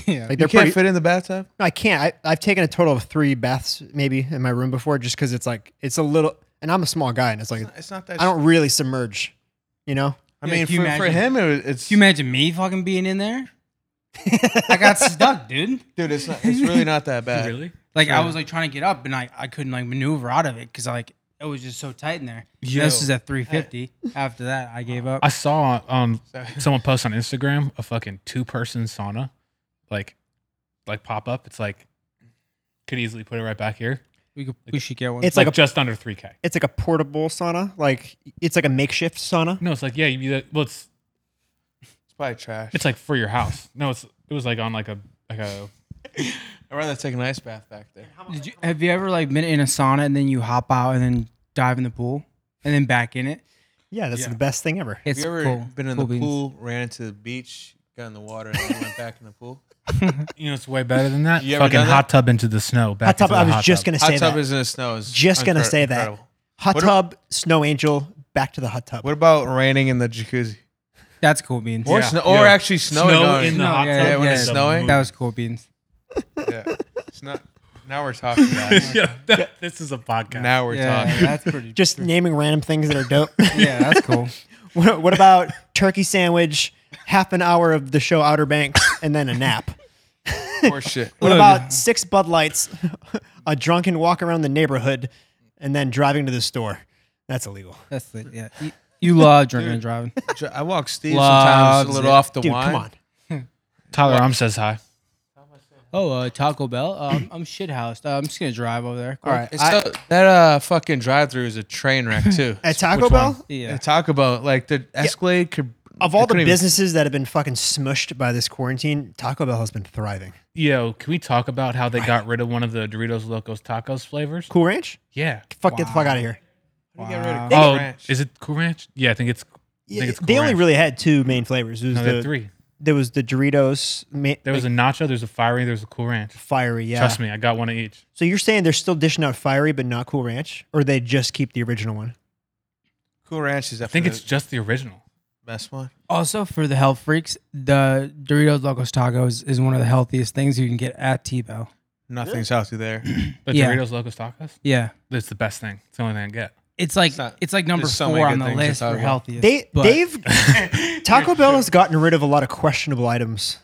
Yeah.
Like
you
they're
can't
pretty.
fit in the bathtub.
No, I can't. I, I've taken a total of three baths maybe in my room before, just because it's like it's a little. And I'm a small guy, and it's like
It's not that.
I don't really submerge. You know,
I
Yeah,
mean,
can you
for, for
imagine?
him, it, was- it's
Can you imagine me fucking being in there? I got stuck, dude.
dude. It's not. It's really not that bad.
Oh, Really?
Like I was like trying to get up, and I I couldn't like maneuver out of it because like it was just so tight in there. And This
Yo.
is at 350. After that, I gave up.
I saw um someone post on Instagram a fucking two person sauna, like like pop up. It's like could easily put it right back here.
we could, we should get one.
it's
It's like,
like a
just under three k.
it's like a portable sauna. Like it's like a makeshift sauna.
No, it's like yeah, you well, it's
It's probably trash.
it's like for your house. No, it's it was like on like a like a
I'd rather take an ice bath back there.
Did you, have you ever like been in a sauna and then you hop out and then dive in the pool and then back in it?
Yeah, that's
Yeah.
the best thing ever.
It's
Have you ever
cool.
been in
Cool
the
beans.
pool, ran into the beach, got in the water, and then went back in the pool?
you know it's way better than that.
You ever
Fucking
done that?
hot tub into the snow. Back
Hot tub.
into the
I was
hot
just
tub.
gonna say
Hot tub
that.
is in the snow. Is
Just gonna
incre-
say that.
incredible.
Hot
What a-
tub, snow angel, back to the hot tub.
What about raining in the jacuzzi
That's cool beans.
or
Yeah.
snow, or
Yeah.
actually snowing?
Snow
on-
in the
No,
hot
yeah,
tub.
yeah, when
is
it's
a
snowing.
movie.
That was cool beans.
yeah. It's not. Now we're talking. About it.
yeah, that- this is a podcast.
Now we're
Yeah,
talking.
that's pretty.
Just naming random things that are dope.
yeah, that's cool.
what, what about turkey sandwich, half an hour of the show Outer Banks, and then a nap?
Or shit.
What about six Bud Lights, a drunken walk around the neighborhood, and then driving to the store? That's illegal.
That's the, yeah. You, you love drinking and driving.
Dr- I walk Steve
Loves
sometimes a little
it.
off the
Dude,
wine.
come on.
Tyler Arm says hi.
Oh, uh, Taco Bell. Uh, I'm, I'm shit housed. Uh, I'm just gonna drive over there. Cool.
All right.
It's
I-
so- that uh fucking drive through is a train wreck too.
at Taco Bell,
Yeah.
And Talk about like the Escalade could
of all
they
the
couldn't even-
businesses that have been fucking smushed by this quarantine, Taco Bell has been thriving.
Yo, can we talk about how they got rid of one of the Doritos Locos Tacos flavors?
Cool Ranch?
Yeah.
Fuck, get the fuck out of here.
How do you get rid of Cool
Oh,
Ranch?
is it Cool Ranch? Yeah, I think it's. I think it's Cool
they only
Ranch.
really had two main flavors. There was,
No, they had
the,
three.
There was the Doritos, ma-
There was a nacho. There's a fiery. There's a Cool Ranch.
fiery, yeah.
Trust me, I got one of each.
So you're saying they're still dishing out fiery but not Cool Ranch, or they just keep the original one?
Cool Ranch is
I think it's just the original.
best one.
Also, for the health freaks, the Doritos Locos Tacos is one of the healthiest things you can get at T-Bell.
Nothing's healthy there.
The
Yeah.
Doritos Locos Tacos.
Yeah.
That's the best thing. It's the only thing I get.
It's like it's,
It's not-
like number
there's so many
four
good
on the
things to
list
talk
for
about.
healthiest.
They
but-
they've Taco Bell has gotten rid of a lot of questionable items.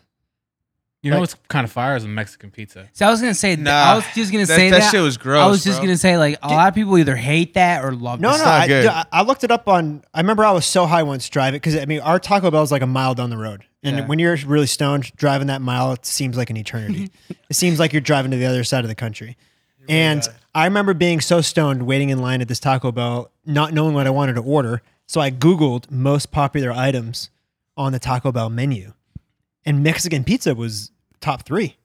You know what's kind of fire is a Mexican pizza.
So I was gonna say. I
Nah,
was just gonna
that-
say that.
that shit was gross,
I was just
bro.
gonna say like a lot of people either hate that or love.
No,
it.
no,
not
I,
good.
I- I looked it up on. I remember I was so high once driving because I mean our Taco Bell is like a mile down the road, and
Yeah.
when you're really stoned driving that mile, it seems like an eternity. it seems like you're driving to the other side of the country. and I remember being so stoned, waiting in line at this Taco Bell, not knowing what I wanted to order. So I Googled most popular items on the Taco Bell menu, and Mexican pizza was top three.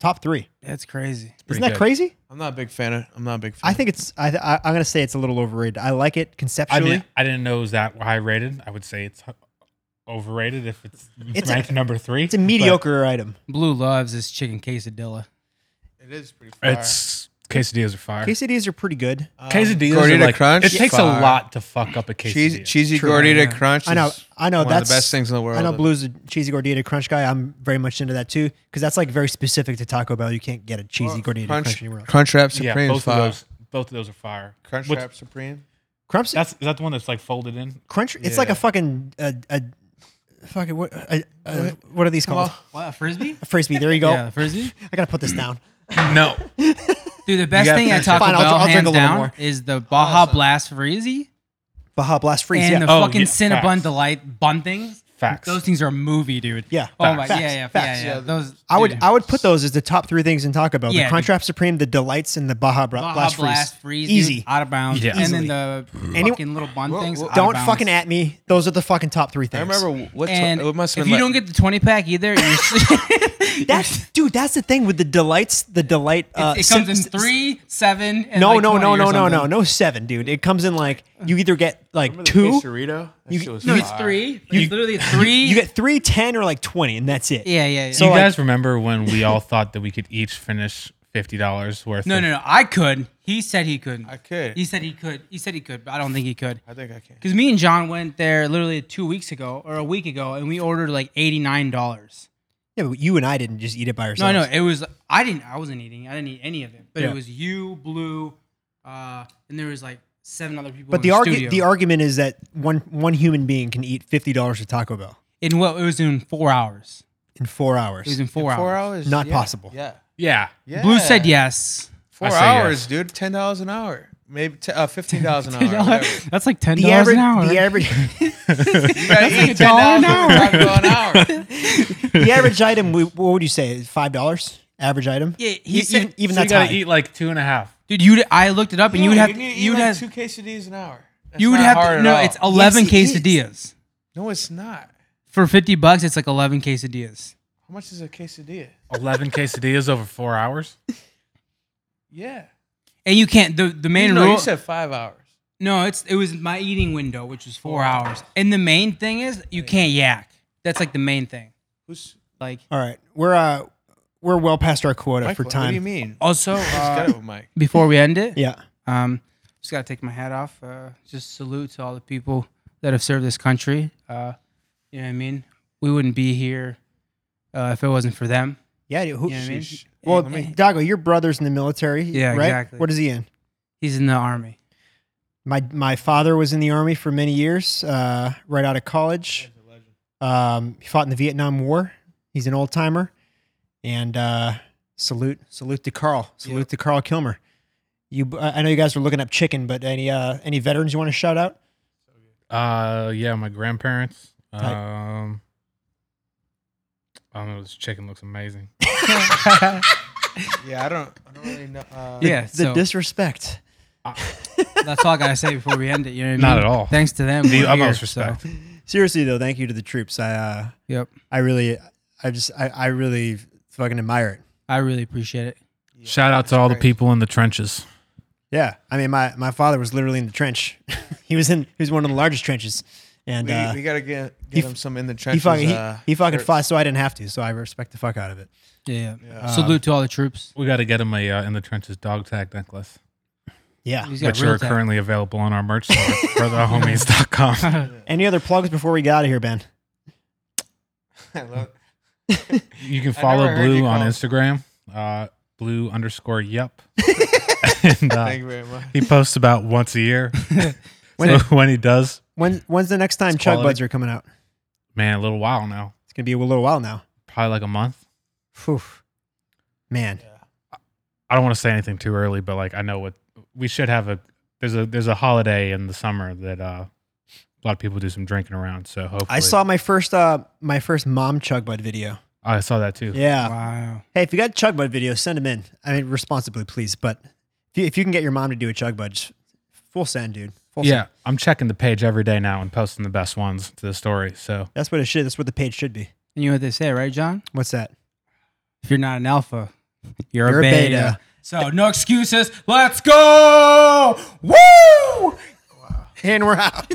Top three.
That's crazy.
pretty
Isn't that
good.
crazy?
I'm not a big fan of. I'm not a big fan.
I think it's. I, I, I'm gonna say it's a little overrated. I like it
I
conceptually.
mean, I didn't know it was that high rated. I would say it's overrated if it's,
It's a-
ranked number three.
it's a mediocre item.
Blue loves his chicken quesadilla.
it is pretty. Fire.
It's quesadillas are fire.
Quesadillas are pretty good.
Um,
quesadillas are
Gordita
like,
Crunch.
It takes
fire.
a lot to fuck up a quesadilla.
Cheesy, cheesy
True,
gordita
yeah.
crunch.
I know.
is
I know.
One
that's
of the best things in the world.
I know. Blue's a cheesy gordita crunch guy. I'm very much into that too because that's like very specific to Taco Bell. You can't get a cheesy gordita crunch,
crunch,
anywhere else.
crunch wrap
yeah,
supreme.
both
fire.
of those. Both of those are fire.
Crunch
What's-
wrap supreme.
Crunch.
That's is that the one that's like folded in?
crunch. It's like a
Yeah.
fucking a, a fucking what a, a, what are these called?
on.
What a frisbee?
A frisbee. There you go.
Yeah, the frisbee.
I gotta put this down.
No.
Dude, the best
gotta
thing at
finish it.
Taco
Fine, I'll
Bell
dr- I'll drink a
hands
little
down
more.
is the Baja Blast frizzy
Baja Blast freeze.
and
yeah.
the
Oh,
fucking
yeah,
Cinnabon
facts.
delight bun things.
Facts.
Those things are a movie, dude.
Yeah,
Oh my.
facts,
yeah, yeah,
facts.
yeah, yeah. Those.
I would
dude.
I would put those as the top three things in Taco Bell:
Yeah,
the
dude.
Contrap Supreme, the delights, and the Baja, Bra-
Baja
Blast,
blast
Freeze.
freeze,
Easy.
dude, out of bounds.
Yeah.
And then the
Any-
fucking little bun things. out of
Don't
bounds.
fucking at me. Those are the fucking top three
I
things.
remember what t-
And
it must have
if
been.
you
like-
don't get the twenty pack either, you're, it,
That's dude. That's the thing with the delights. The delight. Uh,
it
sim-
comes in three, seven, and
No,
like
no,
20
no,
or
no, no, no,
something.
no. Seven, dude. It comes in like you either get like two,
Quesarito? That shit was
No, it's
fire.
three. it's literally three.
you get three, ten, or like twenty, and that's it.
yeah, yeah, yeah.
Do you
like-
guys remember when we all thought that we could each finish fifty dollars worth?
no,
of,
no, no. I could. He said he couldn't.
I could.
He said he could. He said he could, but I don't think he could.
I think I can.
Because me and John went there literally two weeks ago or a week ago, and we ordered like eighty nine dollars.
Yeah, but you and I didn't just eat it by
No,
ourselves.
no, it was. I didn't. I wasn't eating. I didn't eat any of it. But
Yeah.
it was you, Blue, uh, and there was like seven other people.
But the
in the
argu-
studio.
the argument is that one one human being can eat fifty dollars at Taco Bell
in what it was in four hours.
in four
It was
hours.
in four,
Four
hours.
hours?
Not
Yeah,
possible.
Yeah.
Yeah.
Blue said
yeah.
yes.
Four
I say
hours,
yes.
dude. Ten dollars an hour, maybe t- uh, fifteen dollars an hour. whatever.
That's like ten
The
dollars
average,
an hour.
the average,
You gotta
That's like
eat
a dollar an
$10
hour.
for an hour.
the average item. we- What would you say? Five dollars average item.
yeah, he
E-
said,
even even
so you
that's
gotta
high.
eat like two and a half.
dude, you. I looked it up, and you would have,
You need to eat
you would
like
have,
two quesadillas an hour. That's
you would
not
have.
hard at
no,
all.
it's eleven
Yes, it
quesadillas
no, it's not.
for fifty bucks. It's like eleven quesadillas.
How much is a quesadilla?
Eleven quesadillas over four hours.
Yeah.
And you can't. The the main
you, know,
rule.
you said five hours.
no, it's it was my eating window, which was four hours. And the main thing is you can't yak. That's like the main thing.
Who's
Like
All right, we're uh we're well past our quota
Mike,
for
What do you
time.
mean?
also
Just
uh,
got it with Mike.
before we end it.
Yeah.
Um, just gotta take my hat off. Uh, just salute to all the people that have served this country. Uh, you know what I mean? We wouldn't be here uh, if it wasn't for them.
Yeah. Who,
You know what I mean?
Sheesh.
Well,
Let me-
Dago, your brother's in the military,
Yeah,
right?
exactly.
What is he in?
He's in the army.
My my father was in the army for many years, uh, right out of college. Um, he fought in the Vietnam War. He's an old timer, and uh, salute salute to Carl. Salute to Carl Kilmer. You, I know you guys were looking up chicken, but any uh, any veterans you want to shout out?
Uh, yeah, my grandparents.
Tight.
Um, I don't know. This chicken looks amazing.
Yeah, I don't. I don't really know. Uh,
Yeah,
The
so
disrespect.
that's all I gotta say before we end it. You know what I mean?
Not at all.
Thanks to them.
The
we're
utmost
here, so-
respect.
Seriously though, thank you to the troops. I uh,
Yep.
I really, I just, I, I really fucking admire it.
I really appreciate it.
Shout out to all the people in the trenches.
Yeah, I mean, my, my father was literally in the trench. he was in he was one of the largest trenches, and
we,
uh,
we gotta get
he
get
f-
him some in the
he
trenches.
fucking
uh,
he, he fucking
shirts.
fought, so I didn't have to. So I respect the fuck out of it.
Yeah.
Yeah.
salute to all the troops.
We got to get them a uh, in the trenches dog tag necklace,
Yeah.
He's got
which
real
are
talent.
currently available on our merch store, brotherhomies.com.
Any other plugs before we get out of here, Ben?
I love-
You can
I
follow
never heard
Blue
you
on
call-
Instagram, uh, Blue underscore Yup. and, uh,
Thank you very much.
he posts about once a year.
When-
when, when he does,
When when's the next time
It's
Chug
quality.
Buds are coming out?
man, a little while now,
It's gonna be a little while now.
probably like a month.
Whew. Man,
I don't want to say anything too early, but like I know what we should have a there's a there's a holiday in the summer that uh, a lot of people do some drinking around. So hopefully,
I saw my first uh my first mom Chug Bud video.
I saw that too.
Yeah.
Wow.
Hey, if you got Chug Bud videos, send them in. I mean, responsibly, please. But if you, if you can get your mom to do a Chug Bud, just full send, dude. Full send.
Yeah, I'm checking the page every day now and posting the best ones to the story. So
That's what it should. That's what the page should be.
And you know what they say, right, John?
What's that?
If you're not an alpha, you're,
You're a
a beta.
beta.
So no excuses. Let's go. Woo!
And we're out.